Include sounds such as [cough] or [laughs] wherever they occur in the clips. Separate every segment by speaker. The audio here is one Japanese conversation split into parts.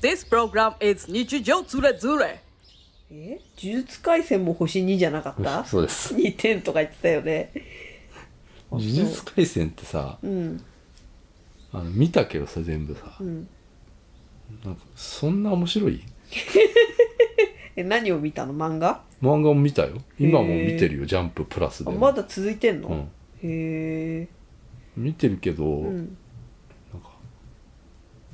Speaker 1: This program is 日常つれづれ。
Speaker 2: え呪術廻戦も星2じゃなかった
Speaker 3: [laughs] そうです
Speaker 2: 2点とか言ってたよね
Speaker 3: 呪術廻戦ってさ
Speaker 2: うん
Speaker 3: あの見たけどさ全部さ、
Speaker 2: ん
Speaker 3: なんかそんな面白い
Speaker 2: え何を見たの漫画
Speaker 3: 漫画も見たよ今も見てるよジャンププラス
Speaker 2: あ
Speaker 3: で、
Speaker 2: まだ続いてんの、
Speaker 3: うん
Speaker 2: へえ
Speaker 3: 見てるけど、
Speaker 2: うん
Speaker 3: なんか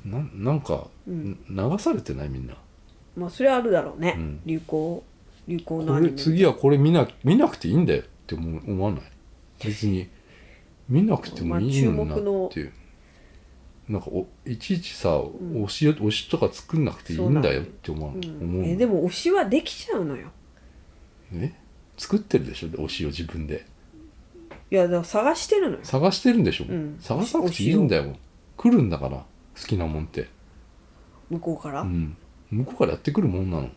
Speaker 3: ななんか、
Speaker 2: うん
Speaker 3: 流されてないみんな
Speaker 2: まあそれはあるだろうね、
Speaker 3: うん
Speaker 2: 流行流行の
Speaker 3: こ
Speaker 2: アニ
Speaker 3: れ
Speaker 2: メ
Speaker 3: 次はこれ見な見なくていいんだよって思う思わない別に見なくてもいいのにな
Speaker 2: まあ注目の
Speaker 3: っていう、なんかおいちいちさ、推し推しとか作んなくていいんだよって思う,、
Speaker 2: うん
Speaker 3: 思う
Speaker 2: えでも推しはできちゃうのよ
Speaker 3: え作ってるでしょ推しを自分で
Speaker 2: いやだから探してるのよ
Speaker 3: 探してるんでしょ、
Speaker 2: ん
Speaker 3: 探さなくていいんだよ来るんだから好きなもんって、
Speaker 2: 向こうから、
Speaker 3: うん、向こうからやってくるもんなの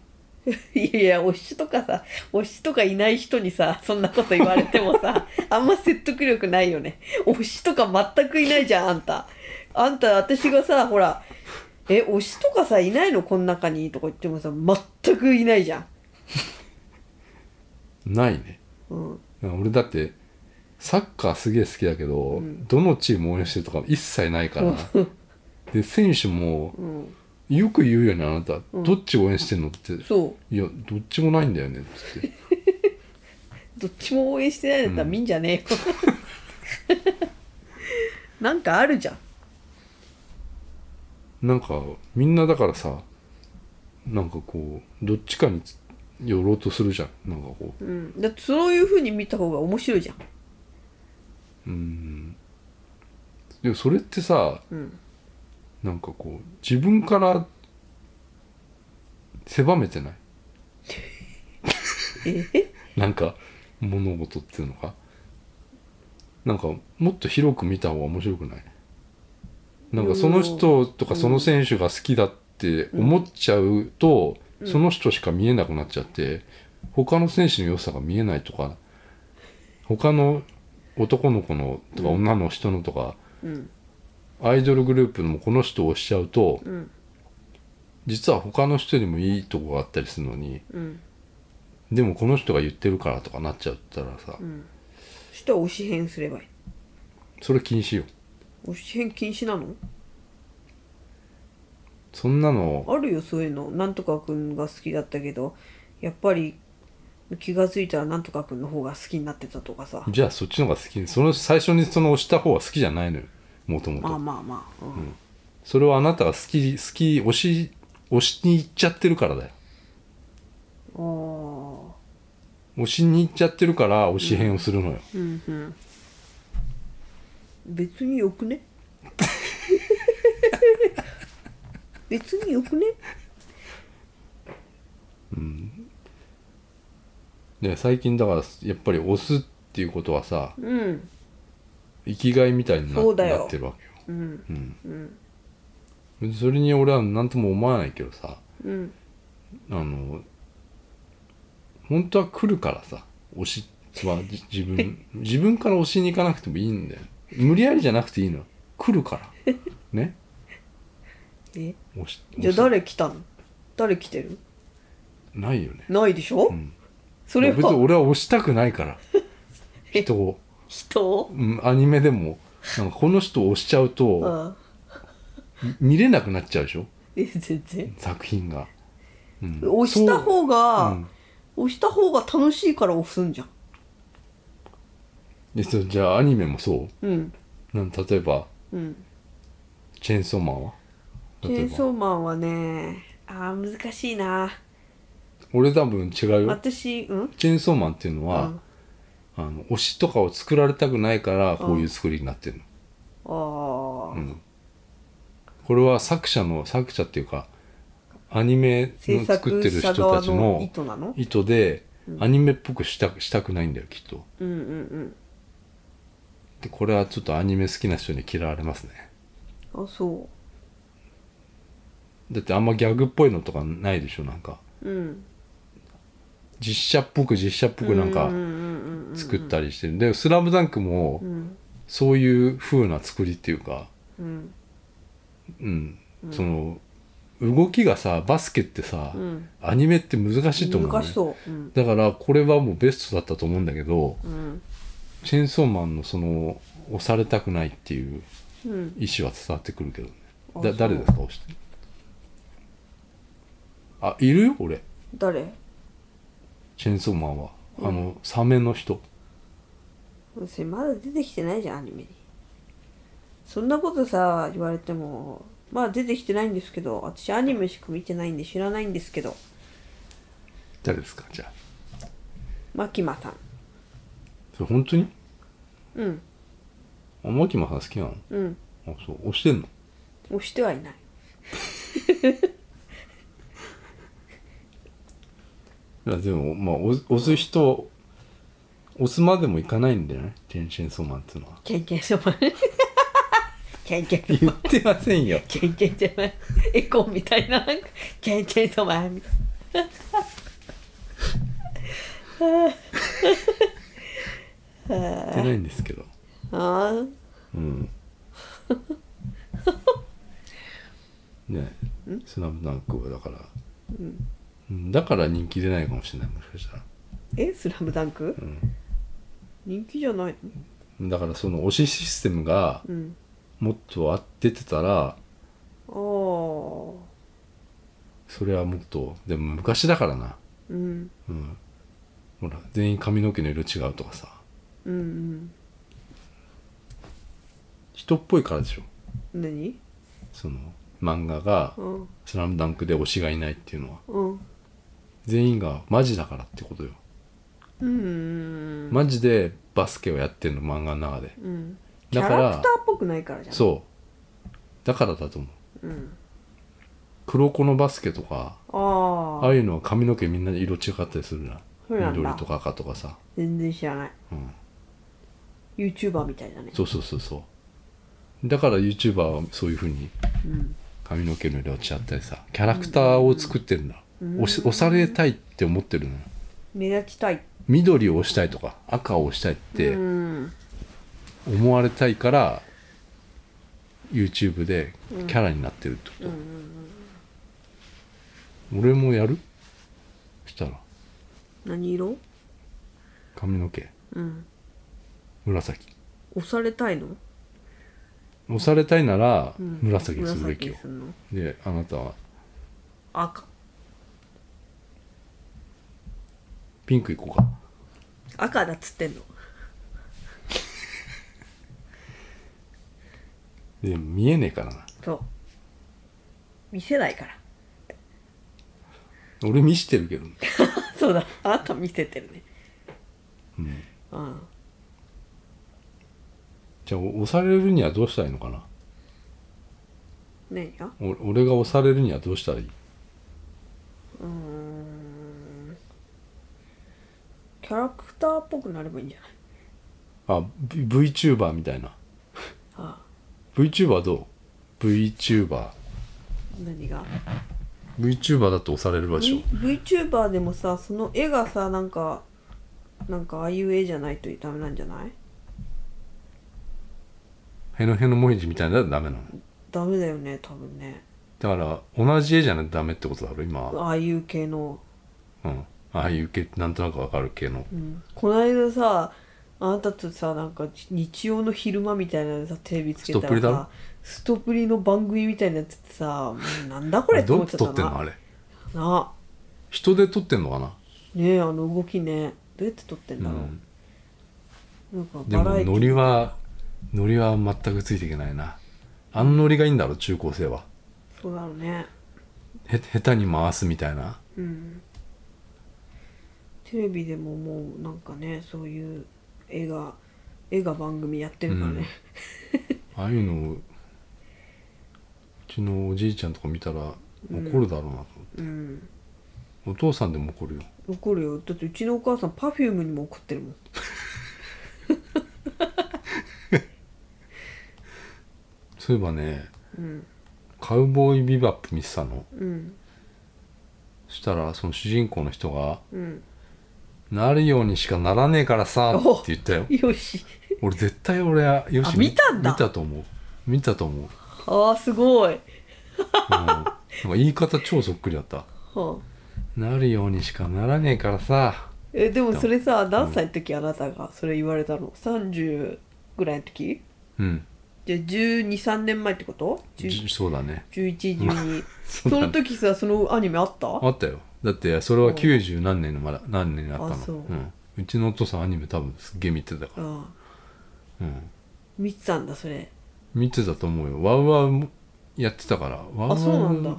Speaker 2: いやいや推しとかさ推しとかいない人にさそんなこと言われても [laughs] さあんま説得力ないよね推しとか全くいないじゃんあんたあんた私がさほら「え推しとかさいないのこの中に」とか言ってもさ全くいないじゃん
Speaker 3: ないね
Speaker 2: うん
Speaker 3: 俺だってサッカーすげえ好きだけど、どのチーム応援してるとか一切ないから [laughs] で選手も
Speaker 2: うん
Speaker 3: よく言うよねあなた、どっち応援してんのってい
Speaker 2: そう
Speaker 3: やどっちもないんだよねつって
Speaker 2: どっちも応援してないんだったら見んじゃねえよ、 [laughs] なんかあるじゃん
Speaker 3: なんかみんなだからさなんかこうどっちかに寄ろうとするじゃんなんかこう
Speaker 2: うん、だってそういうふうに見た方が面白いじゃん
Speaker 3: でもそれってさ、
Speaker 2: ん
Speaker 3: なんかこう自分から狭めてない [laughs]
Speaker 2: え
Speaker 3: なんか物事っていうのかなんかもっと広く見た方が面白くないなんかその人とかその選手が好きだって思っちゃうと、その人しか見えなくなっちゃって他の選手の良さが見えないとか他の男の子のとか女の人のとか、
Speaker 2: うん
Speaker 3: アイドルグループのもこの人を推しちゃうと、
Speaker 2: ん
Speaker 3: 実は他の人にもいいとこがあったりするのに
Speaker 2: うん
Speaker 3: でもこの人が言ってるからとかなっちゃったらさ、
Speaker 2: そしたら推し編すればいい
Speaker 3: それ禁止よ
Speaker 2: 推し編禁止なの
Speaker 3: そんなの
Speaker 2: あるよそういうのなんとかくんが好きだったけどやっぱり気が付いたらなんとかくんの方が好きになってたとかさ
Speaker 3: じゃあそっちの方が好きその最初にその押した方が好きじゃないのよもとも
Speaker 2: まあ
Speaker 3: と
Speaker 2: まあまあ、うん
Speaker 3: それはあなたが好き好き押し押しに行っちゃってるからだよ
Speaker 2: あ
Speaker 3: 押しに行っちゃってるから押し編をするのよ、
Speaker 2: ーうんうん別によく
Speaker 3: [laughs]
Speaker 2: ね別によくね
Speaker 3: で最近だからやっぱり押すっていうことはさ
Speaker 2: うん
Speaker 3: 生きがいみたいにな
Speaker 2: そうだよ
Speaker 3: なってるわけよ
Speaker 2: うん
Speaker 3: 別にそれに俺は何とも思わないけどさ
Speaker 2: うん
Speaker 3: あの本当は来るからさ推しはじ [laughs] 自分自分から推しに行かなくてもいいんだよ無理やりじゃなくていいの来るからね
Speaker 2: [laughs] え
Speaker 3: 推し
Speaker 2: じゃあ
Speaker 3: 推し
Speaker 2: 誰来たの誰来てる
Speaker 3: ないよね
Speaker 2: ないでしょ、
Speaker 3: ん
Speaker 2: それ
Speaker 3: 別に
Speaker 2: は
Speaker 3: 俺は推したくないから
Speaker 2: [laughs]
Speaker 3: 人を、
Speaker 2: 人を
Speaker 3: うん、アニメでもなんかこの人を推しちゃうと
Speaker 2: あ
Speaker 3: 見れなくなっちゃうでしょ
Speaker 2: え全然
Speaker 3: 作品が、うん
Speaker 2: 押した
Speaker 3: そう
Speaker 2: 方が、
Speaker 3: うん
Speaker 2: 押した方が楽しいから押すんじゃん
Speaker 3: でそうじゃあアニメもそう
Speaker 2: うん
Speaker 3: なん例えば
Speaker 2: うん
Speaker 3: チェーンソーマンは
Speaker 2: チ
Speaker 3: 例
Speaker 2: ェ
Speaker 3: え
Speaker 2: ーン
Speaker 3: ば
Speaker 2: ソーマンはねあー難しいな
Speaker 3: 俺多分違うよ
Speaker 2: 私うん
Speaker 3: チェーンソーマンっていうの
Speaker 2: う
Speaker 3: は
Speaker 2: ん、
Speaker 3: あの推しとかを作られたくないからこういう作りになってるの、
Speaker 2: ああ、
Speaker 3: これは作者の作者っていうかアニメ
Speaker 2: 制
Speaker 3: の作って
Speaker 2: 作者
Speaker 3: る人
Speaker 2: 側
Speaker 3: たち
Speaker 2: の
Speaker 3: の
Speaker 2: 意図なの
Speaker 3: 意図でアニメっぽくしたしたくないんだよきっと
Speaker 2: うんうんうん
Speaker 3: でこれはちょっとアニメ好きな人に嫌われますね
Speaker 2: あそ
Speaker 3: だってあんまギャグっぽいのとかないでしょなんか
Speaker 2: ううん
Speaker 3: 実写っぽく実写っぽくなんか
Speaker 2: うんうんうん
Speaker 3: 作ったりしてるで「スラムダンクも
Speaker 2: ん
Speaker 3: そういう風な作りっていうか
Speaker 2: うん
Speaker 3: うん、その動きがさバスケってさ、
Speaker 2: ん
Speaker 3: アニメって難しいと思う、ね、
Speaker 2: 難しそう、うん
Speaker 3: だからこれはもうベストだったと思うんだけど、
Speaker 2: うん
Speaker 3: チェーンソーマンのその押されたくないっていう
Speaker 2: うん、
Speaker 3: 意思は伝わってくるけどね
Speaker 2: あ
Speaker 3: だ
Speaker 2: そう
Speaker 3: 誰ですか押してあいるよ俺
Speaker 2: 誰
Speaker 3: チェーンソーマンは、あのサメの人
Speaker 2: それまだ出てきてないじゃんアニメにそんなことさ言われてもまあ出てきてないんですけど私アニメしか見てないんで知らないんですけど
Speaker 3: 誰ですかじゃあ
Speaker 2: マキマさん
Speaker 3: それ本当に
Speaker 2: うん
Speaker 3: あマキマさん好きなの
Speaker 2: うん
Speaker 3: あそう押してんの
Speaker 2: 押してはいない
Speaker 3: いやでもまあ押押す人押すまでもいかないんだよねチェーンチェンソーマンっていうのは [laughs]
Speaker 2: ケンケンそば [laughs] ケンケンそば
Speaker 3: 言ってませんよ
Speaker 2: ケンケンじゃないエコーみたいななんかケンケンそばみたい
Speaker 3: 言ってないんですけど
Speaker 2: なあー
Speaker 3: うん。ねえ、スラムダンクはだから、うん、だから人気出ないかもしれない、もしかしたら。
Speaker 2: えスラムダンク、人気じゃないの
Speaker 3: だからその推しシステムが
Speaker 2: うん
Speaker 3: もっとあ出てたら、
Speaker 2: ああ
Speaker 3: それはもっと、でも昔だからな。
Speaker 2: うん
Speaker 3: うん。ほら、全員髪の毛の色違うとかさ、
Speaker 2: うん
Speaker 3: 人っぽいからでしょ。
Speaker 2: うん何
Speaker 3: その漫画が
Speaker 2: う、ん
Speaker 3: スラムダンクで推しがいないっていうのは、
Speaker 2: うん
Speaker 3: 全員がマジだからってことよ。
Speaker 2: うん
Speaker 3: マジでバスケをやってんの、漫画の中で。
Speaker 2: うんキ
Speaker 3: だ
Speaker 2: ャ
Speaker 3: か
Speaker 2: ラ
Speaker 3: ら
Speaker 2: クターっぽくないからじゃん
Speaker 3: そうだからだと思う
Speaker 2: うん、
Speaker 3: 黒子のバスケとか
Speaker 2: あ
Speaker 3: あ
Speaker 2: あ
Speaker 3: あいうのは髪の毛みんな色違かったりするな
Speaker 2: そうなんだ
Speaker 3: 緑とか赤とかさ、
Speaker 2: 全然知らない
Speaker 3: うん、
Speaker 2: YouTuber みたいだね
Speaker 3: そうそうそうそうだから YouTuber はそういうふうに
Speaker 2: うん
Speaker 3: 髪の毛の色違ったりさキャラクターを作ってるんだ、押し押されたいって思ってるのよ
Speaker 2: 目立ちたい
Speaker 3: 緑を押したいとか赤を押したいって
Speaker 2: うん
Speaker 3: 思われたいから、YouTube でキャラになってるってこと、俺もやるしたら
Speaker 2: 何色
Speaker 3: 髪の毛
Speaker 2: うん
Speaker 3: 紫
Speaker 2: 押されたいの、
Speaker 3: 押されたいなら
Speaker 2: うん、
Speaker 3: 紫にするべきよ
Speaker 2: 紫に、すんの
Speaker 3: であなたは
Speaker 2: 赤
Speaker 3: ピンクいこうか
Speaker 2: 赤だっつってんの
Speaker 3: で見えねえからな
Speaker 2: そう見せないから
Speaker 3: 俺見してるけどね
Speaker 2: そうだあなた見せてるねうん
Speaker 3: じゃあお押されるにはどうしたらいいのかな
Speaker 2: 何が
Speaker 3: お俺が押されるにはどうしたらいいう
Speaker 2: ーんキャラクターっぽくなればいいんじゃない
Speaker 3: あ、v、VTuber みたいな
Speaker 2: あ
Speaker 3: VTuber どう ?VTuberVTuber
Speaker 2: 何が
Speaker 3: だと押される場所
Speaker 2: v、VTuber でもさその絵がさなんかなんかああいう絵じゃないとダメなんじゃない
Speaker 3: へのへのもへじみたいなのはダメなの
Speaker 2: ダメだよね多分ね
Speaker 3: だから同じ絵じゃないとダメってことだろ今、
Speaker 2: ああいう系の、
Speaker 3: うん、ああいう系ってなんとなくわかる系の
Speaker 2: うん、こないださあなたとさなんか日曜の昼間みたいなのでさテレビつけた
Speaker 3: ストプ
Speaker 2: ら
Speaker 3: リだろ
Speaker 2: さストプリの番組みたいなやつってさうんなんだこれって
Speaker 3: どう
Speaker 2: 思
Speaker 3: や
Speaker 2: っ
Speaker 3: っ
Speaker 2: ち
Speaker 3: て
Speaker 2: ゃ
Speaker 3: 撮
Speaker 2: っ
Speaker 3: って
Speaker 2: た
Speaker 3: んの
Speaker 2: な
Speaker 3: あれ
Speaker 2: な
Speaker 3: 人で撮ってんのかな
Speaker 2: ねえあの動きねどうやって撮ってんだろう、
Speaker 3: うん
Speaker 2: なんか
Speaker 3: で
Speaker 2: バ
Speaker 3: も
Speaker 2: ラエティ
Speaker 3: ノリはノリは全くついていけないなあのノリがいいんだろ中高生は
Speaker 2: そうだろうね
Speaker 3: へ下手に回すみたいな
Speaker 2: うんテレビでももうなんかねそういう映画映画番組やってるからね、
Speaker 3: ああいうのうちのおじいちゃんとか見たら怒るだろうなと思って、
Speaker 2: ん
Speaker 3: お父さんでも怒るよ
Speaker 2: 怒るよだってうちのお母さん Perfume にも怒ってるもん
Speaker 3: そういえばね
Speaker 2: うん
Speaker 3: カウボーイビバップ見てたの
Speaker 2: うん
Speaker 3: そしたらその主人公の人が
Speaker 2: うん
Speaker 3: 「なるようにしかならねえからさ」って言ったよ
Speaker 2: よし
Speaker 3: 俺絶対俺はよし
Speaker 2: あ見たんだ
Speaker 3: 見たと思う見たと思う
Speaker 2: あーすごい
Speaker 3: うんなんか言い方超そっくりだった
Speaker 2: はあ
Speaker 3: なるようにしかならねえからさ
Speaker 2: えでもそれさ何歳の時あなたがそれ言われたの30ぐらいの時
Speaker 3: うん
Speaker 2: じゃあ1 2 3年前ってこと
Speaker 3: じそうだね
Speaker 2: 1112
Speaker 3: [laughs] そ
Speaker 2: そう
Speaker 3: だね
Speaker 2: の時さそのアニメあった
Speaker 3: あったよだってそれは90何年のまだ何年だったの、
Speaker 2: あそうん
Speaker 3: うちのお父さんアニメ多分すっげえ見てたか
Speaker 2: ああ
Speaker 3: ら、うん、
Speaker 2: 見てたんだそれ
Speaker 3: 見てたと思うよワウワウもやってたからワウワ
Speaker 2: あ
Speaker 3: ウ
Speaker 2: そうなんだ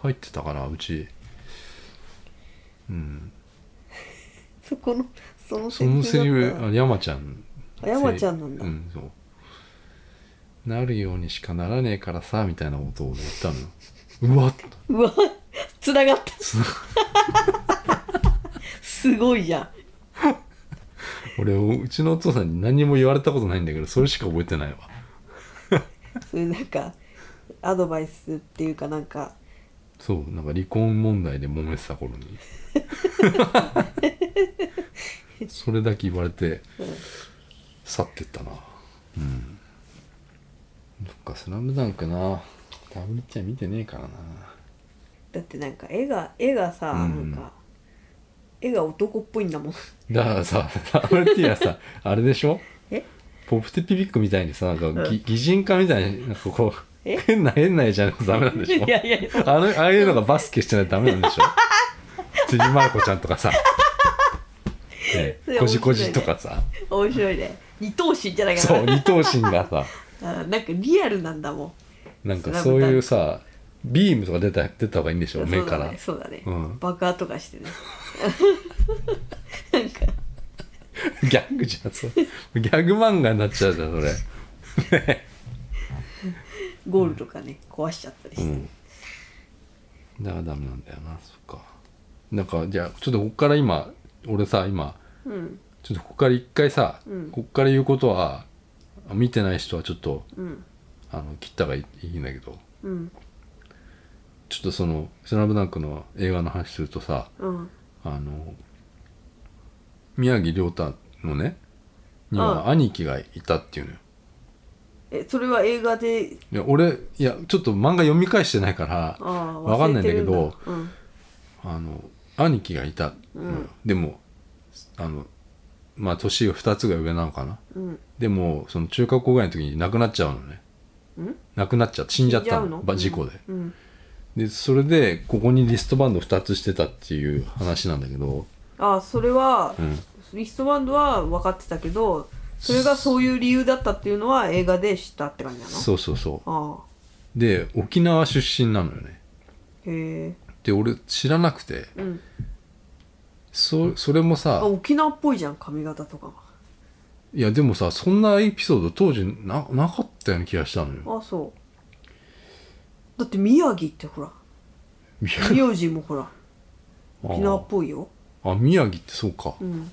Speaker 3: 入ってたからうちうん
Speaker 2: そこのその
Speaker 3: そのセリ
Speaker 2: だっ
Speaker 3: フ
Speaker 2: た
Speaker 3: あ山ちゃん
Speaker 2: あ山ちゃんなんだ
Speaker 3: うんそうなるようにしかならねえからさみたいなことを言ったのようわっ
Speaker 2: うわつながったすごいじゃん
Speaker 3: 俺うちのお父さんに何も言われたことないんだけどそれしか覚えてないわ
Speaker 2: それなんかアドバイスっていうかなんか
Speaker 3: そうなんか離婚問題で揉めてた頃
Speaker 2: [laughs]
Speaker 3: にそれだけ言われて
Speaker 2: うん
Speaker 3: 去ってったなうんそっか「スラムダンクなダブルちゃん見てねえからな
Speaker 2: だってなんか絵が絵がさ、
Speaker 3: うん
Speaker 2: なんか絵が男っぽいんだもん
Speaker 3: だからさ WT
Speaker 2: [laughs]
Speaker 3: はさあれでしょ
Speaker 2: え
Speaker 3: ポプテピピックみたいにさなんかぎ
Speaker 2: う
Speaker 3: 擬人化みたいになんかこう
Speaker 2: え
Speaker 3: 変な変な絵じゃないとダメなんでしょ
Speaker 2: いやいやいや
Speaker 3: あのああいうのがバスケしてないとダメなん
Speaker 2: [laughs]
Speaker 3: でしょちびまる子ちゃんとかさ、ね
Speaker 2: それ面白いね
Speaker 3: こじこじとかさ
Speaker 2: 面白いね二等身じゃないか
Speaker 3: そう
Speaker 2: な
Speaker 3: 二頭身がさ
Speaker 2: あなんかリアルなんだもん
Speaker 3: なんかそういうさビームとか出た出た方がいいんでしょ目
Speaker 2: そう
Speaker 3: か
Speaker 2: だ
Speaker 3: ら
Speaker 2: ねそうだね、
Speaker 3: うん
Speaker 2: 爆破とかしてねなんか
Speaker 3: ギャグじゃんそうギャグ漫画になっちゃうじゃんそれ
Speaker 2: ゴールとかね、壊しちゃったりして、
Speaker 3: うんだからダメなんだよなそっかなんかじゃあちょっとここから今俺さ今
Speaker 2: うん
Speaker 3: ちょっとここから一回さ、
Speaker 2: うん
Speaker 3: ここから言うことは見てない人はちょっと
Speaker 2: うん
Speaker 3: あの切った方がいいいいんだけど
Speaker 2: うん
Speaker 3: ちょっとその「スラムダンクの映画の話するとさ
Speaker 2: うん
Speaker 3: あの宮城亮太のねに
Speaker 2: あ
Speaker 3: は兄貴がいたっていうのよ
Speaker 2: えそれは映画で
Speaker 3: いや俺いやちょっと漫画読み返してないから
Speaker 2: ああ
Speaker 3: わかんないんだけど
Speaker 2: 忘れてるんだ
Speaker 3: あの兄貴がいたのよ、
Speaker 2: うん
Speaker 3: でもあのまあ年が2つが上なのかな
Speaker 2: うんうん
Speaker 3: でもその中学校ぐらいの時に亡くなっちゃうのね
Speaker 2: ん
Speaker 3: 亡くなっちゃって死んじゃった
Speaker 2: 死ん
Speaker 3: の
Speaker 2: じゃうの
Speaker 3: ば事故で、
Speaker 2: うん
Speaker 3: でそれでここにリストバンド2つしてたっていう話なんだけど、
Speaker 2: ああそれは、
Speaker 3: うん、
Speaker 2: リストバンドは分かってたけどそれがそういう理由だったっていうのは映画で知ったって感じなの
Speaker 3: そうそうそう
Speaker 2: ああ
Speaker 3: で沖縄出身なのよね
Speaker 2: へえ
Speaker 3: で俺知らなくて
Speaker 2: うん
Speaker 3: そそれも
Speaker 2: あ
Speaker 3: さ
Speaker 2: 沖縄っぽいじゃん髪型とかが
Speaker 3: いやでもさそんなエピソード当時ななかったような気がしたのよ
Speaker 2: ああそうだって宮城ってほら
Speaker 3: 宮
Speaker 2: 名字もほ
Speaker 3: [laughs]
Speaker 2: ら沖縄っぽいよ
Speaker 3: あ宮城ってそうか
Speaker 2: うん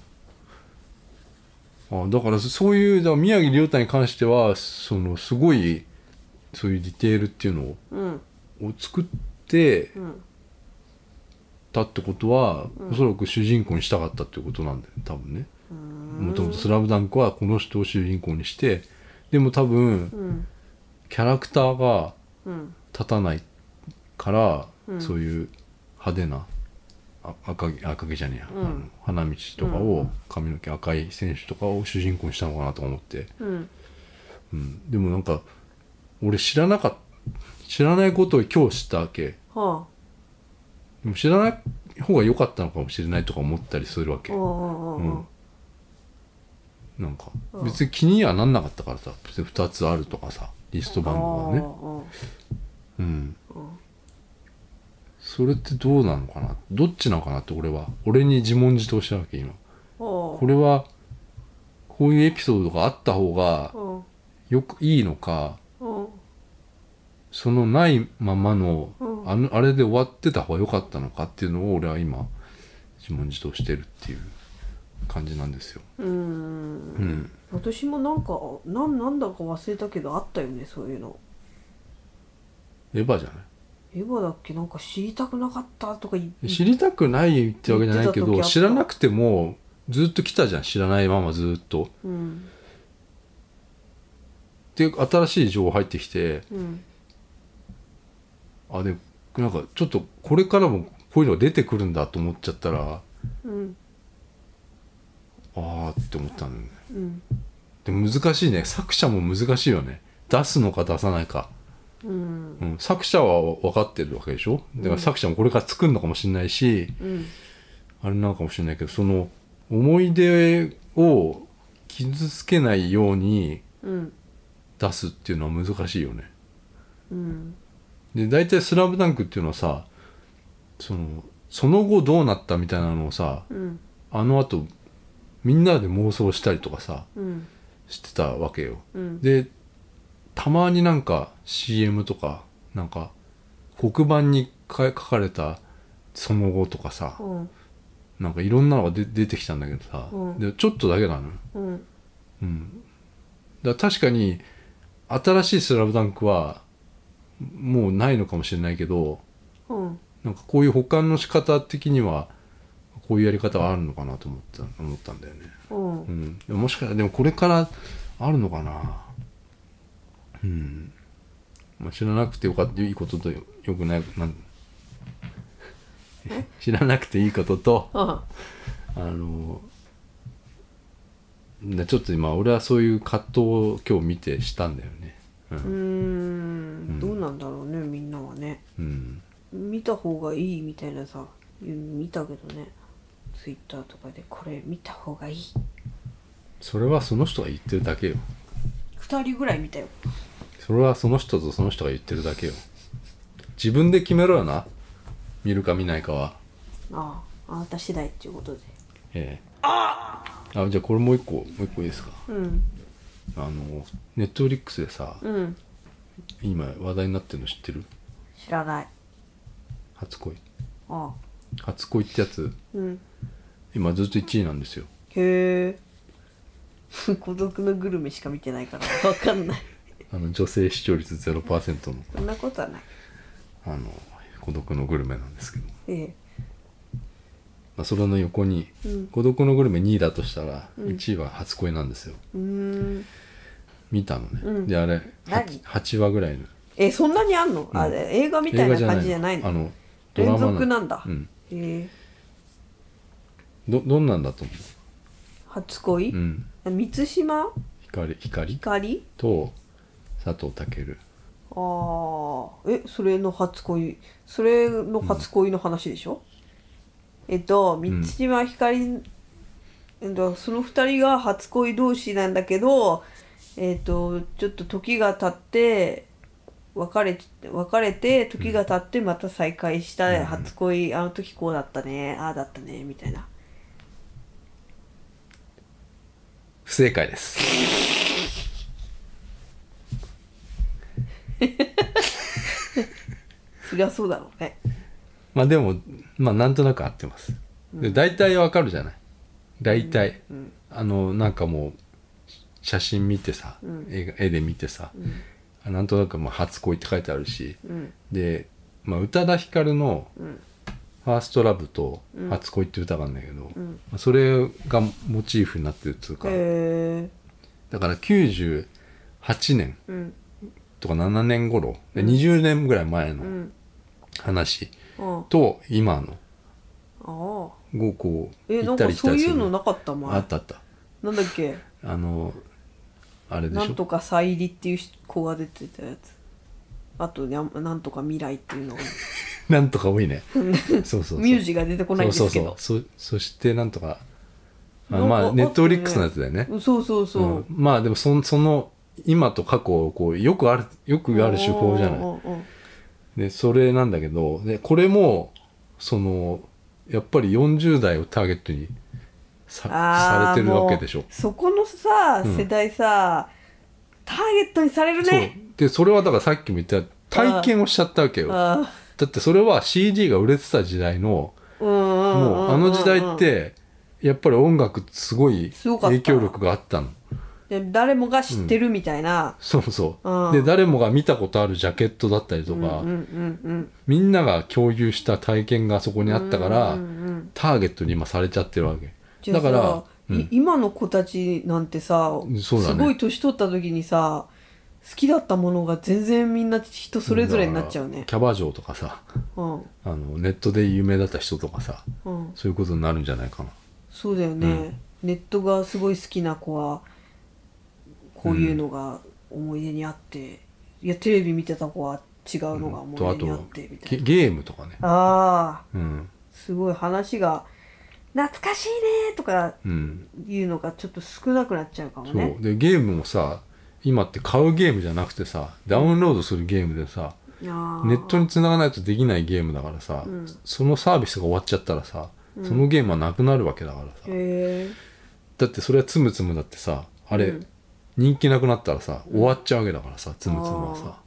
Speaker 3: あだからそそういうだから宮城亮太に関してはそのすごいそういうディテールっていうのを
Speaker 2: うん
Speaker 3: を作って
Speaker 2: うん
Speaker 3: たってことは、おそらく主人公にしたかったってことなんだよ多分ね
Speaker 2: うーん
Speaker 3: もともと「スラムダンクはこの人を主人公にしてでも多分
Speaker 2: うん
Speaker 3: キャラクターが
Speaker 2: うん
Speaker 3: 立たないから、
Speaker 2: うん
Speaker 3: そういう派手なあ赤毛赤毛じゃねえや、
Speaker 2: うん
Speaker 3: あの花道とかを、髪の毛赤い選手とかを主人公にしたのかなとか思って。
Speaker 2: うん
Speaker 3: うん、でもなんか俺知らなかっ知らないことを今日知ったわけで
Speaker 2: は
Speaker 3: も知らない方が良かったのかもしれないとか思ったりするわ
Speaker 2: あ
Speaker 3: け
Speaker 2: あああ
Speaker 3: うんなんか
Speaker 2: うん
Speaker 3: 別に気にはなんなかったからさ別に2つあるとかさリスト
Speaker 2: ああ
Speaker 3: バンドがね
Speaker 2: あ
Speaker 3: うん
Speaker 2: あうん
Speaker 3: それってどうなのかなどっちなのかなって俺は俺に自問自答したわけ今
Speaker 2: こ
Speaker 3: これはこういうエピソードがあった方が
Speaker 2: うん
Speaker 3: よくいいのか
Speaker 2: うん
Speaker 3: そのないままの,、
Speaker 2: うん
Speaker 3: あのあれで終わってた方が良かったのかっていうのを俺は今自問自答してるっていう感じなんですよ。
Speaker 2: うーん
Speaker 3: うん、
Speaker 2: 私もなんかなんなんだか忘れたけどあったよねそういうの
Speaker 3: エヴァじゃない
Speaker 2: エヴァだっけなんか知りたくなかったとか言
Speaker 3: え知りたくないってわけじゃな
Speaker 2: 言っ
Speaker 3: いけ
Speaker 2: て
Speaker 3: ど
Speaker 2: た時あった
Speaker 3: 知らなくてもずっと来たじゃん知らないままずっと。
Speaker 2: うん
Speaker 3: で新しい情報入ってきて
Speaker 2: うん
Speaker 3: あでなんかちょっとこれからもこういうのが出てくるんだと思っちゃったら
Speaker 2: うん
Speaker 3: ああって思ったんだよね
Speaker 2: うん
Speaker 3: でも難しいね作者も難しいよね出すのか出さないか、
Speaker 2: うん
Speaker 3: うん、作者は分かってるわけでしょだから作者もこれから作るのかもしれないし、
Speaker 2: うん
Speaker 3: あれなのかもしれないけどその思い出を傷つけないように
Speaker 2: うん
Speaker 3: 出すっていうのは難しいよね
Speaker 2: うん
Speaker 3: で大体「スラムダンクっていうのはさそのその後どうなったみたいなのをさ
Speaker 2: うん
Speaker 3: あのあとみんなで妄想したりとかさ
Speaker 2: うん
Speaker 3: してたわけよ
Speaker 2: うん
Speaker 3: でたまになんか CM とかなんか黒板に書かれたその後とかさ
Speaker 2: うん
Speaker 3: なんかいろんなのが出出てきたんだけどさ、
Speaker 2: うん
Speaker 3: でちょっとだけなのよ
Speaker 2: うん
Speaker 3: うん、だから確かに新しい「スラムダンクはもうないのかもしれないけど
Speaker 2: うん
Speaker 3: なんかこういう保管の仕方的にはこういうやり方はあるのかなと思った思ったんだよね、
Speaker 2: うん
Speaker 3: うん、でももしかしたらでもこれからあるのかなうん、まあ、知らなくてよかったいいこととよよくないなん知らなくていいことと
Speaker 2: あ
Speaker 3: あのなちょっと今俺はそういう葛藤を今日見てしたんだよねうん、
Speaker 2: うーんどうなんだろうねみんなはね
Speaker 3: うん
Speaker 2: 見た方がいいみたいなさ見たけどねツイッターとかでこれ見た方がいい
Speaker 3: それはその人が言ってるだけよ
Speaker 2: 2人ぐらい見たよ
Speaker 3: それはその人とその人が言ってるだけよ自分で決めろよな見るか見ないかは
Speaker 2: あああなた次第っていうことで
Speaker 3: ええあじゃあこれもう一個もう一個いいですか
Speaker 2: うん
Speaker 3: あのネットフリックスでさ
Speaker 2: うん
Speaker 3: 今話題になってるの知ってる
Speaker 2: 知らない
Speaker 3: 初恋
Speaker 2: ああ
Speaker 3: 初恋ってやつ
Speaker 2: うん
Speaker 3: 今ずっと1位なんですよ
Speaker 2: へえ孤独のグルメしか見てないからわかんない
Speaker 3: あの女性視聴率0%の
Speaker 2: そんなことはない
Speaker 3: あの孤独のグルメなんですけど、
Speaker 2: え
Speaker 3: まあ、それの横に、
Speaker 2: うん
Speaker 3: 孤独のグルメ2位だとしたら、1位は初恋なんですよ
Speaker 2: えうーん
Speaker 3: 見たのね、
Speaker 2: うん
Speaker 3: であれ
Speaker 2: 何
Speaker 3: 8, 話ぐらいの
Speaker 2: えそんなにあんの、あ
Speaker 3: うん
Speaker 2: 映画みたいな感じじゃないの
Speaker 3: あのドラ
Speaker 2: 連
Speaker 3: マ
Speaker 2: 続なんだ、
Speaker 3: うん、
Speaker 2: へえ
Speaker 3: どどんなんだと思
Speaker 2: 初恋、
Speaker 3: う、うん、
Speaker 2: 満島
Speaker 3: 光光
Speaker 2: ひかり
Speaker 3: と佐藤健
Speaker 2: あーえそれの初恋それの初恋の話でしょ、えっと満島ひかり、えっと、その2人が初恋同士なんだけどえっとちょっと時が経って別れ別れて時が経ってまた再会したい初恋、あの時こうだったねああだったねみたいな [laughs]
Speaker 3: 不正解です
Speaker 2: そりゃそうだろうね
Speaker 3: まあでもまあなんとなく合ってますで大体わかるじゃない大体、あのなんかもう写真見てさ、絵が絵で見てさ、あなんとなくまあ初恋って書いてあるし、
Speaker 2: うん
Speaker 3: で、まあ、宇多田ヒカルの
Speaker 2: ん
Speaker 3: 「ファーストラブと「初恋」って歌があるんだけど、
Speaker 2: ん
Speaker 3: まあそれがモチーフになってるっていうか、
Speaker 2: へえ
Speaker 3: だから98年
Speaker 2: うん
Speaker 3: とか7年頃、で20年ぐらい前
Speaker 2: う
Speaker 3: の
Speaker 2: ん
Speaker 3: 話
Speaker 2: あ
Speaker 3: と今の
Speaker 2: あー
Speaker 3: をこう
Speaker 2: えな
Speaker 3: 行
Speaker 2: ん
Speaker 3: った
Speaker 2: か
Speaker 3: り来
Speaker 2: そ
Speaker 3: た
Speaker 2: う
Speaker 3: り
Speaker 2: い
Speaker 3: する
Speaker 2: うのなかった前
Speaker 3: あったあった
Speaker 2: なんだっけ
Speaker 3: あのあれで
Speaker 2: な
Speaker 3: し
Speaker 2: ん
Speaker 3: ょ
Speaker 2: とかさいりっていう子が出てたやつあとやんなんとか未来っていうの
Speaker 3: なんとか多
Speaker 2: [laughs]
Speaker 3: いねそうそうそう
Speaker 2: ミュージが出てこないんで
Speaker 3: そう
Speaker 2: すけ
Speaker 3: そう
Speaker 2: ど
Speaker 3: そうそそしてなんとかあ
Speaker 2: なんか
Speaker 3: ま
Speaker 2: あ
Speaker 3: あ
Speaker 2: った
Speaker 3: ネ
Speaker 2: よね
Speaker 3: ットフリックスのやつだよね
Speaker 2: うんそうそうそう、
Speaker 3: うんまあでもそんその今と過去をこうよくあるよくある手法じゃない
Speaker 2: うんうんうん
Speaker 3: でそれなんだけどでこれもそのやっぱり40代をターゲットにさ
Speaker 2: あー
Speaker 3: されてるわけでしょ
Speaker 2: もうそこのさ
Speaker 3: うん
Speaker 2: 世代さ、ターゲットにされるね
Speaker 3: そうでそれはだからさっきも言った体験をしちゃったわけよ
Speaker 2: あ
Speaker 3: だってそれは CD が売れてた時代の
Speaker 2: ーうんうんうんうん
Speaker 3: もうあの時代ってやっぱり音楽すごい
Speaker 2: すごかった
Speaker 3: 影響力があったの
Speaker 2: で誰もが知ってるみたいな、
Speaker 3: そうそううんで誰もが見たことあるジャケットだったりと
Speaker 2: うん、
Speaker 3: か、
Speaker 2: うんうん
Speaker 3: みんなが共有した体験がそこにあったから、
Speaker 2: うんうんうん
Speaker 3: ターゲットに今されちゃってるわけ
Speaker 2: じゃ
Speaker 3: だ
Speaker 2: あ
Speaker 3: か
Speaker 2: さ
Speaker 3: ら、う
Speaker 2: い
Speaker 3: ん
Speaker 2: 今の子たちなんてさ、
Speaker 3: そうだ
Speaker 2: す
Speaker 3: ね
Speaker 2: ごい年取った時にさきだったものが全然みんな人それぞれになっちゃう
Speaker 3: だ
Speaker 2: ね
Speaker 3: からキャバ嬢とかさ
Speaker 2: うん
Speaker 3: あのネットで有名だった人とかさ
Speaker 2: うん
Speaker 3: そういうことになるんじゃないかな
Speaker 2: そうだよね、
Speaker 3: うん
Speaker 2: ネットがすごい好きな子はこういうのが思い出にあって、いやテレビ見てた子は違うのが
Speaker 3: と
Speaker 2: 思
Speaker 3: あ
Speaker 2: い出にあっ
Speaker 3: と
Speaker 2: てみた
Speaker 3: ゲ
Speaker 2: いな、
Speaker 3: ゲームとかね
Speaker 2: ああ
Speaker 3: うん
Speaker 2: すごい話が「懐かしいね」とか
Speaker 3: うん
Speaker 2: いうのがちょっと少なくなっちゃうかも
Speaker 3: そ
Speaker 2: ね
Speaker 3: うでゲームもさ今って買うゲームじゃなくてさダウンロードするゲームでさ
Speaker 2: あー
Speaker 3: ネットに繋がないとできないゲームだからさ、
Speaker 2: うん
Speaker 3: そのサービスが終わっちゃったらさ、そのゲームはなくなるわけだからさ、
Speaker 2: へえ
Speaker 3: だってそれはつむつむだってさあれ、
Speaker 2: うん
Speaker 3: 人気なくなったらさ終わっちゃうわけだからさつむつむは
Speaker 2: あー
Speaker 3: さ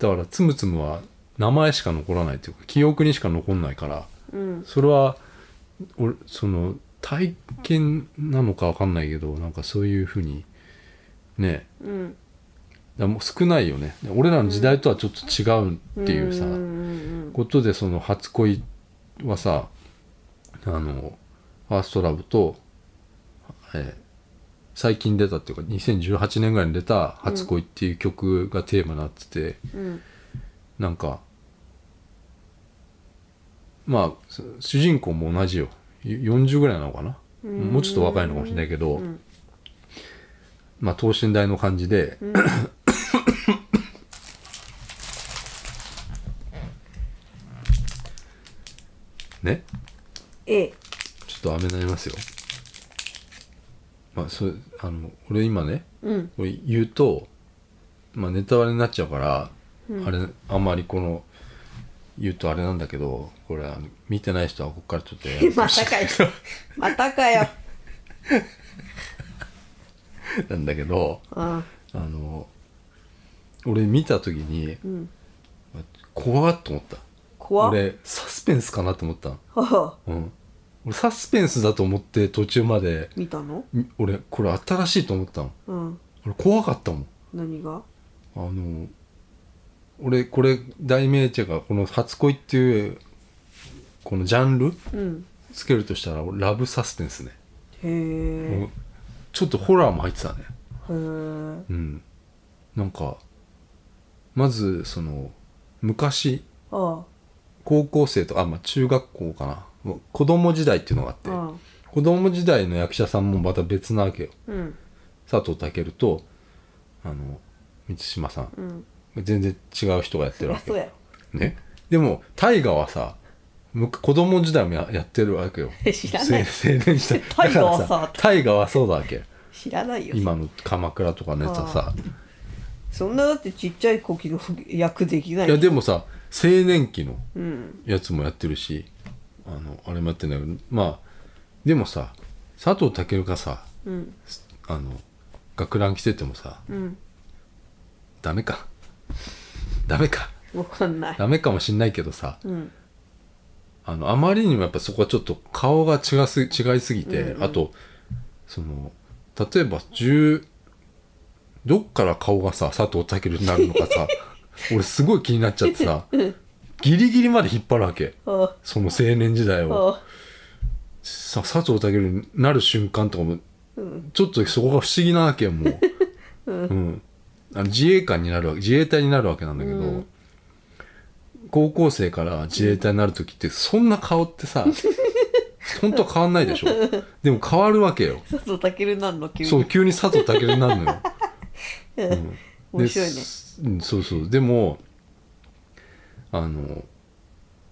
Speaker 3: だからつむつむは名前しか残らないというか記憶にしか残んないから
Speaker 2: うん
Speaker 3: それは俺その体験なのかわかんないけどなんかそういうふうにね
Speaker 2: うん
Speaker 3: だからもう少ないよね俺らの時代とはちょっと違うっていうさ、
Speaker 2: んうん
Speaker 3: ことでその初恋はさあのファーストラブと、えー最近出たっていうか2018年ぐらいに出た「初恋」っていう曲がテーマになってて、
Speaker 2: うん
Speaker 3: なんかまあそ主人公も同じよ40ぐらいなのかなもうちょっと若いのかもしれないけど、
Speaker 2: ん
Speaker 3: まあ等身大の感じで、ね
Speaker 2: ええ
Speaker 3: ちょっと飴になりますよまあそれあの俺今ね
Speaker 2: うん
Speaker 3: これ言うと、まあ、ネタバレになっちゃうから、あれあんまりこの言うとあれなんだけどこれあの見てない人はここからちょっとや
Speaker 2: [laughs]
Speaker 3: る
Speaker 2: またかよまたか
Speaker 3: [laughs]
Speaker 2: よ
Speaker 3: なんだけど
Speaker 2: あ
Speaker 3: あの俺見た時に、
Speaker 2: ん
Speaker 3: 怖っと思った
Speaker 2: 怖っ
Speaker 3: 俺サスペンスかなと思ったの、
Speaker 2: はは
Speaker 3: うん、俺サスペンスだと思って途中まで
Speaker 2: 見たの
Speaker 3: ん俺これ新しいと思ったの
Speaker 2: うん
Speaker 3: 俺怖かったもん
Speaker 2: 何が
Speaker 3: あの俺これ題名っていうかこの「初恋」っていうこのジャンル
Speaker 2: うん
Speaker 3: つけるとしたら俺ラブサスペンスね、
Speaker 2: へえ
Speaker 3: もうちょっとホラーも入ってたね
Speaker 2: へえ
Speaker 3: うんなんかまずその昔
Speaker 2: あ
Speaker 3: 高校生とかあまあ中学校かなもう子供時代っていうのがあって
Speaker 2: あ
Speaker 3: 子供時代の役者さんもまた別なわけよ
Speaker 2: うん
Speaker 3: 佐藤健とあの満島さん
Speaker 2: うん
Speaker 3: 全然違う人がやってるわ
Speaker 2: [laughs]
Speaker 3: け
Speaker 2: そうや
Speaker 3: ね、でも大河はさむ子供時代もややってるわけよ
Speaker 2: [laughs] 知らない
Speaker 3: せ青年時代
Speaker 2: [laughs] 大河はさ
Speaker 3: 大河はそうだわけ
Speaker 2: 知らないよ
Speaker 3: 今の鎌倉とかのやつはさ
Speaker 2: そんなだってちっちゃい子の役できない
Speaker 3: いやでもさ青年期の
Speaker 2: うん
Speaker 3: やつもやってるしあのあれもやってんだけどまあでもさ佐藤健がさ
Speaker 2: うん
Speaker 3: あの学ラン着ててもさ
Speaker 2: うん
Speaker 3: ダメかダメか
Speaker 2: わかんない
Speaker 3: ダメかもしんないけどさ
Speaker 2: うん
Speaker 3: あのあまりにもやっぱそこはちょっと顔が違す違いすぎて、あとその例えば10どっから顔がさ佐藤健になるのか [laughs] さ俺すごい気になっちゃってさギリギリまで引っ張るわけ
Speaker 2: あ
Speaker 3: その青年時代を
Speaker 2: あ
Speaker 3: さ佐藤健になる瞬間とかも、ちょっとそこが不思議なわけよも [laughs] う、うんあの自衛官になるわけ自衛隊になるわけなんだけど、高校生から自衛隊になる時ってそんな顔ってさ [laughs] 本当は変わんないでしょでも変わるわけよ
Speaker 2: 佐藤健なんの急に
Speaker 3: そう急に佐藤健になるのよ
Speaker 2: うん
Speaker 3: で
Speaker 2: 面白いね
Speaker 3: すうんそうそうでもあの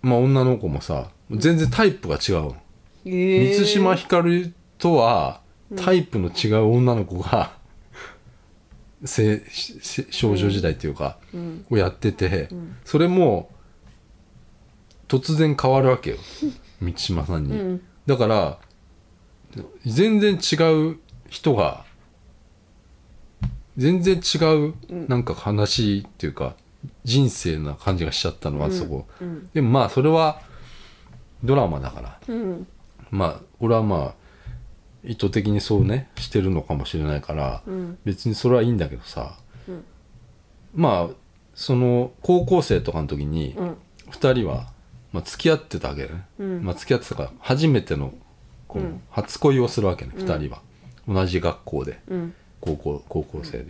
Speaker 3: まあ女の子もさ全然タイプが違うの
Speaker 2: ええ
Speaker 3: 満島ひかるとはタイプの違う女の子が、せしせ少女時代というか、
Speaker 2: ん
Speaker 3: をやってて、それも突然変わる
Speaker 2: [laughs]
Speaker 3: わけよ満島さんに、
Speaker 2: うん
Speaker 3: だから全然違う人が全然違うなんか話っていうか人生な感じがしちゃったのはそこ、
Speaker 2: うん
Speaker 3: でもまあそれはドラマだから
Speaker 2: うん
Speaker 3: まあ俺はまあ意図的にそうねしてるのかもしれないから、
Speaker 2: うん
Speaker 3: 別にそれはいいんだけどさ、
Speaker 2: うん
Speaker 3: まあその高校生とかの時に
Speaker 2: うん
Speaker 3: 2人は、まあ、付き合ってたわけだね、
Speaker 2: うん
Speaker 3: まあ、付き合ってたから初めてのこ
Speaker 2: う
Speaker 3: の
Speaker 2: ん
Speaker 3: 初恋をするわけね、2人は同じ学校で
Speaker 2: うん
Speaker 3: 高校高校生で、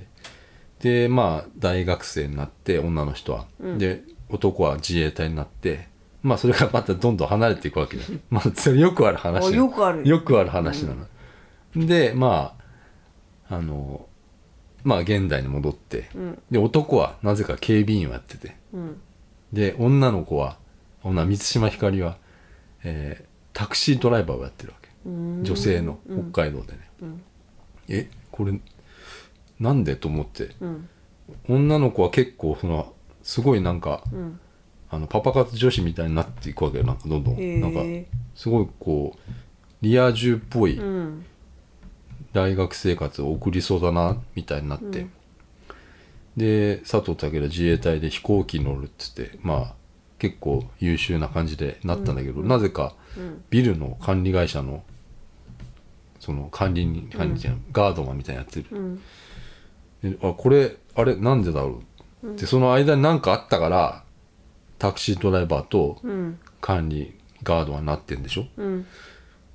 Speaker 3: ででまあ大学生になって女の人は、で男は自衛隊になってまあそれがまたどんどん離れてい
Speaker 2: [laughs]
Speaker 3: くわけだまあそれよくある話
Speaker 2: あよくある
Speaker 3: よくある話なの、でまああのまあ現代に戻って、
Speaker 2: ん
Speaker 3: で男はなぜか警備員をやってて
Speaker 2: うん
Speaker 3: で女の子は女満島ひかりは、えータクシードライバーをやってるわけ
Speaker 2: うん
Speaker 3: 女性の北海道でね、えこれなんでと思って
Speaker 2: うん
Speaker 3: 女の子は結構そのすごいなんか
Speaker 2: うん
Speaker 3: あのパパ活女子みたいになっていくわけよなんかどんどん、
Speaker 2: へえ
Speaker 3: なんかすごいこうリア充っぽい
Speaker 2: うん
Speaker 3: 大学生活を送りそうだなみたいになって、
Speaker 2: うん
Speaker 3: で佐藤健自衛隊で飛行機に乗るっつってまあ結構優秀な感じでなったんだけど、なぜか
Speaker 2: うん
Speaker 3: ビルの管理会社のその管理人管理じゃん、ガードマンみたいなのやってる、
Speaker 2: うん
Speaker 3: であこれあれなんでだろうって、その間に何かあったからタクシードライバーと
Speaker 2: うん
Speaker 3: 管理ガードはなってんでしょ
Speaker 2: うん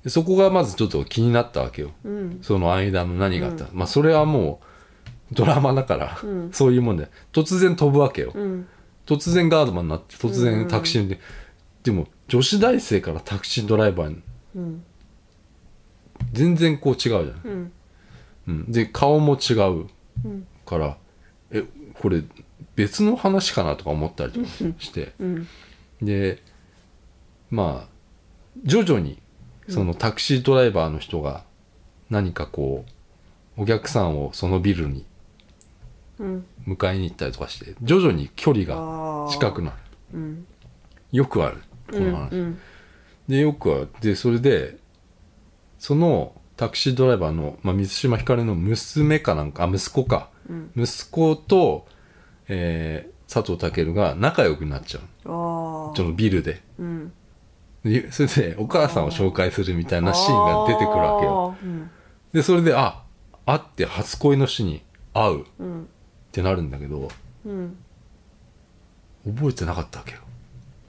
Speaker 3: でそこがまずちょっと気になったわけよ
Speaker 2: うん
Speaker 3: その間の何があった、まあそれはもうドラマだから、
Speaker 2: ん
Speaker 3: そういうもんで突然飛ぶわけよ、
Speaker 2: うん
Speaker 3: 突然ガードマンになって突然タクシーで、でも女子大生からタクシードライバーに
Speaker 2: うん
Speaker 3: 全然こう違うじゃん、
Speaker 2: うん
Speaker 3: うん、で顔も違う
Speaker 2: うん
Speaker 3: からえこれ別の話かなとか思ったりとかして
Speaker 2: うん
Speaker 3: でまあ徐々にそのタクシードライバーの人が何かこうお客さんをそのビルに
Speaker 2: うん
Speaker 3: 迎えに行ったりとかして徐々に距離が
Speaker 2: あー
Speaker 3: 近くなる
Speaker 2: うん
Speaker 3: よくあるこ
Speaker 2: うん
Speaker 3: の話、
Speaker 2: うん
Speaker 3: でよくあるでそれでそのタクシードライバーの、まあ、水島ひかりの娘かなんかあ息子か、
Speaker 2: うん
Speaker 3: 息子と、えー佐藤健が仲良くなっちゃう
Speaker 2: あ
Speaker 3: そ
Speaker 2: あ
Speaker 3: のビルで
Speaker 2: うん
Speaker 3: でそれでお母さんを紹介するみたいなシーンが出てくるわけよ
Speaker 2: あーうん
Speaker 3: でそれであ会って初恋の死に会うっ
Speaker 2: うん
Speaker 3: てなるんだけど
Speaker 2: うん
Speaker 3: 覚えてなかったわけよ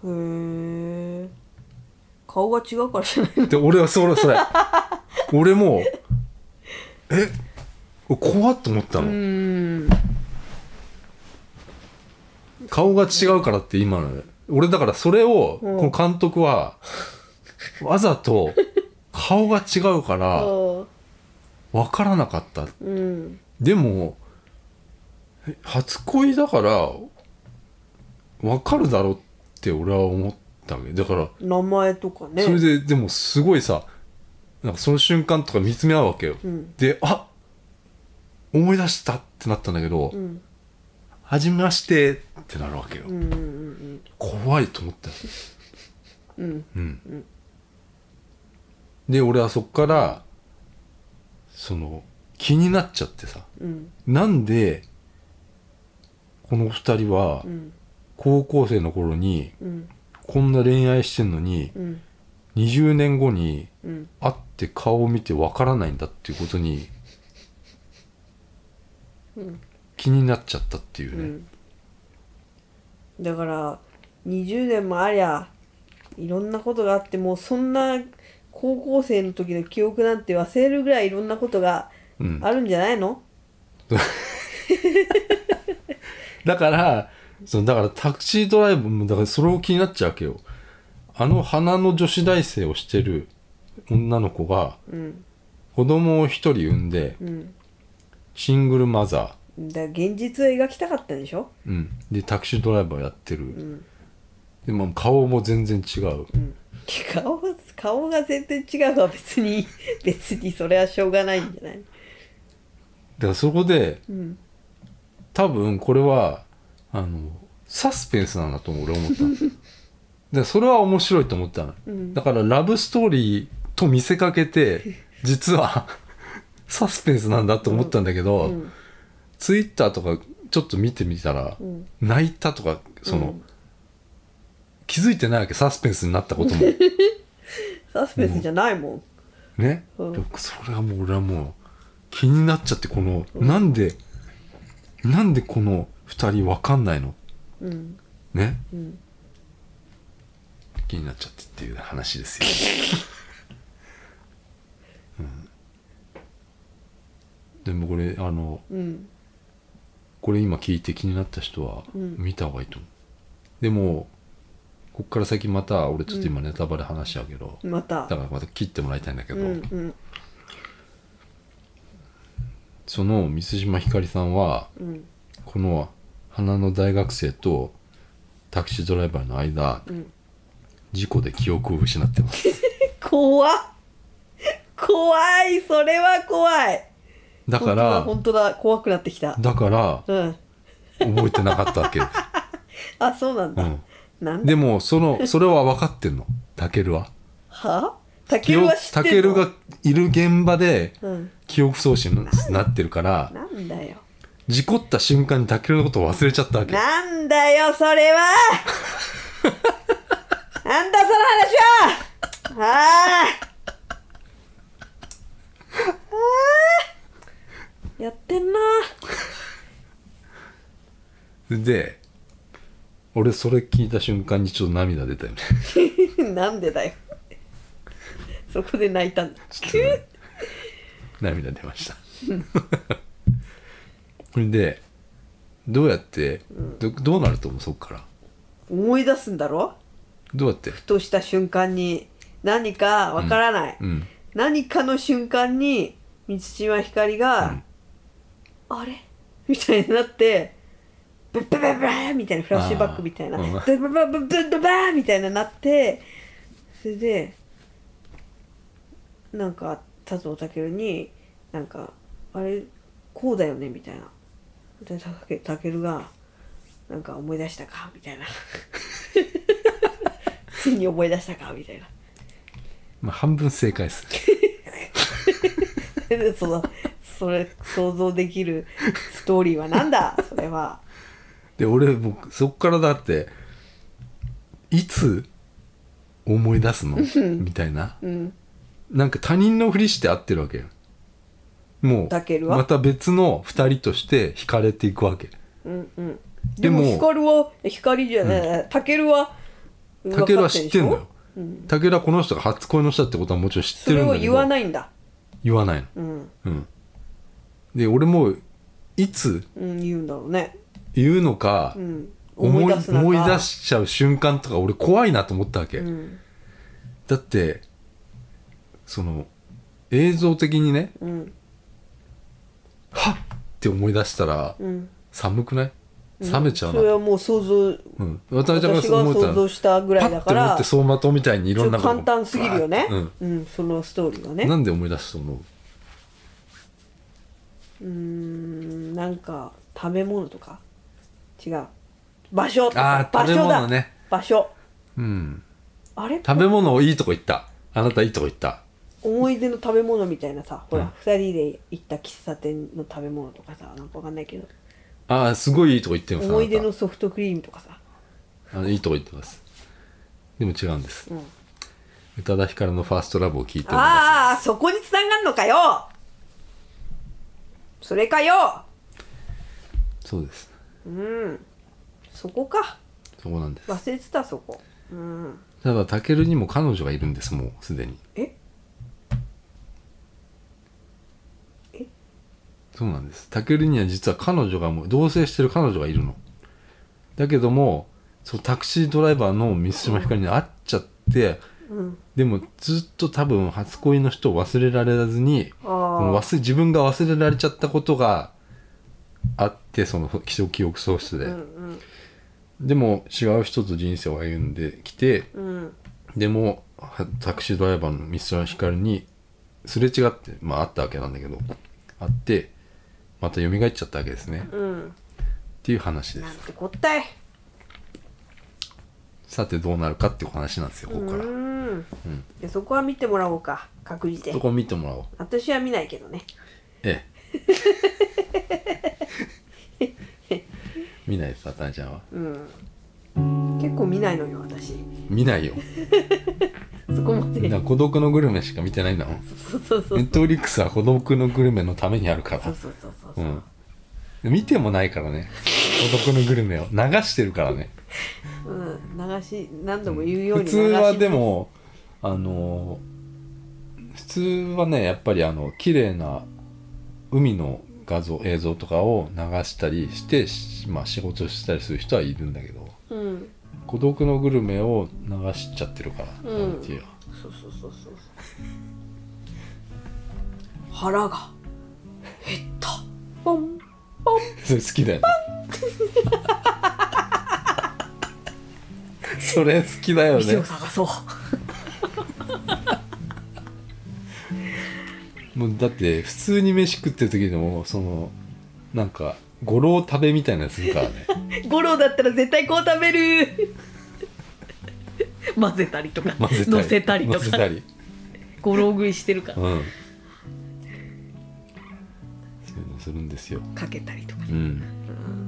Speaker 2: へえ顔が違うからじゃないの
Speaker 3: で俺はそれ
Speaker 2: [laughs]
Speaker 3: それ俺もえ怖っと思ったの、
Speaker 2: うん
Speaker 3: 顔が違うからって今の俺だからそれを
Speaker 2: うん
Speaker 3: この監
Speaker 2: [laughs]
Speaker 3: 督はわざと顔が違うから
Speaker 2: あ
Speaker 3: 分からなかった
Speaker 2: うん
Speaker 3: でもえ初恋だから分かるだろうって俺は思ったわけだから
Speaker 2: 名前とかね
Speaker 3: それででもすごいさなんかその瞬間とか見つめ合うわけよ、
Speaker 2: うん
Speaker 3: であ思い出したってなったんだけど
Speaker 2: うん
Speaker 3: 「はじめまして」ってなるわけよ、
Speaker 2: うんうんうん
Speaker 3: 怖いと思ったよ
Speaker 2: うん
Speaker 3: うん、で俺はそっからその気になっちゃってさ
Speaker 2: うん
Speaker 3: なんでこの二人は
Speaker 2: うん
Speaker 3: 高校生の頃に
Speaker 2: うん
Speaker 3: こんな恋愛してんのに
Speaker 2: うん
Speaker 3: 20年後に
Speaker 2: うん
Speaker 3: 会って顔を見てわからないんだっていうことに
Speaker 2: うん
Speaker 3: 気になっちゃったっていう
Speaker 2: う
Speaker 3: ね、
Speaker 2: んだから20年もありゃいろんなことがあってもうそんな高校生の時の記憶なんて忘れるぐらいいろんなことが
Speaker 3: うん
Speaker 2: あるんじゃないの、
Speaker 3: だからそのだからタクシードライブもだからそれを気になっちゃうわけよあの花の女子大生をしてる女の子が
Speaker 2: うん
Speaker 3: 子供を一人産んで
Speaker 2: うん、
Speaker 3: シングルマザ
Speaker 2: だから現実を描きたかったんでしょ
Speaker 3: ー、うん、でタクシードライバーやってる、
Speaker 2: ん
Speaker 3: でも顔も全然違う、
Speaker 2: 顔顔が全然違うは別に別にそれはしょうがないんじゃない
Speaker 3: だからそこで
Speaker 2: うん
Speaker 3: 多分これはあのサスペンスなんだと思う俺
Speaker 2: [laughs]
Speaker 3: 思ったのだからそれは面白いと思ったの、
Speaker 2: うん
Speaker 3: だからラブストーリーと見せかけて
Speaker 2: [laughs]
Speaker 3: 実はサスペンスなんだと思ったんだけど、
Speaker 2: うん
Speaker 3: ツイッターとかちょっと見てみたら、
Speaker 2: うん
Speaker 3: 泣いたとかそ
Speaker 2: う
Speaker 3: の、
Speaker 2: ん
Speaker 3: 気づいてないわけサスペンスになったことも
Speaker 2: サスペンスじゃないもん
Speaker 3: ね、
Speaker 2: うん
Speaker 3: でもそれはもう俺はもう気になっちゃってこの、なんでなんでこの2人わかんないの
Speaker 2: うん
Speaker 3: ね
Speaker 2: うん
Speaker 3: 気になっちゃってっていう
Speaker 2: [laughs]
Speaker 3: 話ですよ、うんでもこれあの
Speaker 2: うん
Speaker 3: これ今聞いて気になった人は
Speaker 2: うん
Speaker 3: 見た方がいいと思う、でもこっから先また俺ちょっと今ネタバレ話しちゃうけど、
Speaker 2: また
Speaker 3: だからまた切ってもらいたいんだけ
Speaker 2: う
Speaker 3: ど、
Speaker 2: んうん
Speaker 3: その満島ひかりさんは
Speaker 2: うん
Speaker 3: この花の大学生とタクシードライバーの間、
Speaker 2: うん
Speaker 3: 事故で記憶を失ってます
Speaker 2: [laughs] 怖っ怖いそれは怖い
Speaker 3: だか
Speaker 2: 本
Speaker 3: ら
Speaker 2: 当だ本当だ怖くなってきた
Speaker 3: だから
Speaker 2: うん
Speaker 3: 覚えてなかったわけ、
Speaker 2: あそうなんだ、
Speaker 3: うん
Speaker 2: なんだ
Speaker 3: でもそのそれは分かってんのタケルは
Speaker 2: はタケルは知って
Speaker 3: タ
Speaker 2: る
Speaker 3: ケルがいる現場で
Speaker 2: うん
Speaker 3: 記憶喪失になってるから
Speaker 2: なんだよ
Speaker 3: 事故った瞬間にタケルのことを忘れちゃったわけ
Speaker 2: なんだよそれはなんだその話はああああやってんな
Speaker 3: で俺それ聞いた瞬間にちょっと涙出たよね
Speaker 2: [laughs] なんでだよそこで泣いたんだ
Speaker 3: ちょっとね涙出ましたそれでどうやってどどうなると思うそっから
Speaker 2: 思い出すんだろ
Speaker 3: どうやって
Speaker 2: ふとした瞬間に何かわからない、
Speaker 3: うん
Speaker 2: 何かの瞬間に満島ひかりが「あれ?」みたいになって「ブッブブブー」みたいなフラッシュバックみたいな「
Speaker 3: あ
Speaker 2: ブ
Speaker 3: ー
Speaker 2: ッブブブブブブー」みたいななってそれでなんか佐藤健になんか「あれこうだよね」みたいな。でたけるが「なんか思い出したか?」みたいな「ついに思い出したか?」みたいな
Speaker 3: まあ、半分正解です
Speaker 2: でそのそれ想像できるストーリーはなんだそれは
Speaker 3: で俺もうそっからだっていつ思い出すのみたいな、
Speaker 2: ん
Speaker 3: なんか他人のふりして会ってるわけよも
Speaker 2: タケ
Speaker 3: う
Speaker 2: ルは
Speaker 3: また別の2人として惹かれていくわけ
Speaker 2: うんうんで
Speaker 3: でも
Speaker 2: も光は光じゃないタケルは
Speaker 3: タケルは知ってんの
Speaker 2: 分か
Speaker 3: よタケルはこの人が初恋の人だってことはもちろん知って
Speaker 2: でしょそれ
Speaker 3: るんだ
Speaker 2: を
Speaker 3: けど
Speaker 2: 言わないんだ
Speaker 3: 言わない
Speaker 2: う
Speaker 3: の
Speaker 2: ん、
Speaker 3: うん、で俺もいつ
Speaker 2: うん、言うんだろうね
Speaker 3: 言うのか、
Speaker 2: うん
Speaker 3: 思い
Speaker 2: 思い出すのか
Speaker 3: 思い出しちゃう瞬間とか俺怖いなと思ったわけ、
Speaker 2: うん
Speaker 3: だってその映像的にね
Speaker 2: うん
Speaker 3: はっって思い出したら
Speaker 2: うん
Speaker 3: 寒くない冷めちゃう
Speaker 2: そ
Speaker 3: な、
Speaker 2: れ
Speaker 3: うん
Speaker 2: はもう想像
Speaker 3: 渡辺ちゃんが
Speaker 2: 私
Speaker 3: そう
Speaker 2: が
Speaker 3: 思った
Speaker 2: 想
Speaker 3: ら
Speaker 2: 像したぐらいだか
Speaker 3: パッて思
Speaker 2: ら
Speaker 3: って走馬灯みたいにいろんな
Speaker 2: ちょっと
Speaker 3: こと
Speaker 2: 簡単すぎるよね
Speaker 3: バーって、
Speaker 2: うん、そのストーリーは
Speaker 3: うん、な
Speaker 2: ね
Speaker 3: んで思い出すと思う
Speaker 2: うんなんか食べ物とか違う場所とか
Speaker 3: あー食べ物ね
Speaker 2: 場所だ場所
Speaker 3: うん
Speaker 2: あれ
Speaker 3: 食べ物をいいとこ行ったあなたいいとこ行った
Speaker 2: 思い出の食べ物みたいなさほ
Speaker 3: うん
Speaker 2: ら、二人で行った喫茶店の食べ物とかさなんかわかんないけど
Speaker 3: ああすごいいいとこ行ってます
Speaker 2: 思い出のソフトクリームとかさ
Speaker 3: あのいいとこ言ってますでも違うんです
Speaker 2: うん
Speaker 3: 宇多田ヒカルの「ファーストラブを聞いております
Speaker 2: ああそこにつながんのかよそれかよ
Speaker 3: そうです
Speaker 2: うんそこか
Speaker 3: そこなんです
Speaker 2: 忘れてたそこうん
Speaker 3: ただタケルにも彼女がいるんですもうすでに
Speaker 2: ええ
Speaker 3: そうなんですタケルには実は彼女がもう同棲してる彼女がいるのだけどもそのタクシードライバーの満島ひかりに会っちゃって、
Speaker 2: うん
Speaker 3: でもずっと多分初恋の人を忘れられずに
Speaker 2: あ
Speaker 3: この
Speaker 2: ー
Speaker 3: 忘れ自分が忘れられちゃったことがあってその記憶喪失で、
Speaker 2: うん
Speaker 3: でも違う人と人生を歩んできて
Speaker 2: うんうん
Speaker 3: でもはタクシードライバーの満島ひかりにすれ違ってまああったわけなんだけどあってまた蘇っちゃったわけですねっ
Speaker 2: うん
Speaker 3: ていう話で
Speaker 2: なん
Speaker 3: す
Speaker 2: てこったい
Speaker 3: さてどうなるかっていう話なんですよこ
Speaker 2: う
Speaker 3: こから
Speaker 2: んいやそこは見てもらおうか確実
Speaker 3: そ
Speaker 2: で
Speaker 3: こ見てもらおう
Speaker 2: 私は見ないけどね
Speaker 3: え
Speaker 2: [laughs]
Speaker 3: え見ないですあたねちゃんは
Speaker 2: 結構見ないのよ私
Speaker 3: 見ないよ
Speaker 2: そこまで
Speaker 3: みんな孤独のグルメしか見てないんだもん
Speaker 2: そうそうそう
Speaker 3: ネットフリックスは孤独のグルメのためにあるか
Speaker 2: そう
Speaker 3: ら
Speaker 2: そうそうそう
Speaker 3: う
Speaker 2: そうん
Speaker 3: 見てもないからね孤独のグルメを流してるからね
Speaker 2: うん、流し何度も言うよう
Speaker 3: 普
Speaker 2: に
Speaker 3: 通はでもあのー普通はねやっぱりあの綺麗な海の画像映像とかを流したりして、しまあ、仕事したりする人はいるんだけど
Speaker 2: うん
Speaker 3: 孤独のグルメを流しちゃってるから、
Speaker 2: うん
Speaker 3: なんていう
Speaker 2: そうそうそうそう
Speaker 1: 腹が減った
Speaker 2: ポン
Speaker 3: それ好きだよ
Speaker 2: [laughs]
Speaker 3: ねそれ好きだよ
Speaker 1: 店
Speaker 3: ね
Speaker 1: を探そう
Speaker 3: もうだって普通に飯食ってる時でもそのなんか五郎食べみたいなやつするからね
Speaker 2: 五郎だったら絶対こう食べ
Speaker 3: [laughs]
Speaker 2: る混ぜたりとか
Speaker 3: 混ぜたり
Speaker 2: 乗せたりと
Speaker 3: 乗せた
Speaker 2: か
Speaker 3: り
Speaker 2: 五郎食いしてるか
Speaker 3: う
Speaker 2: ら
Speaker 3: んそういうのするんですよ
Speaker 2: かけたりとか
Speaker 3: うん
Speaker 2: うん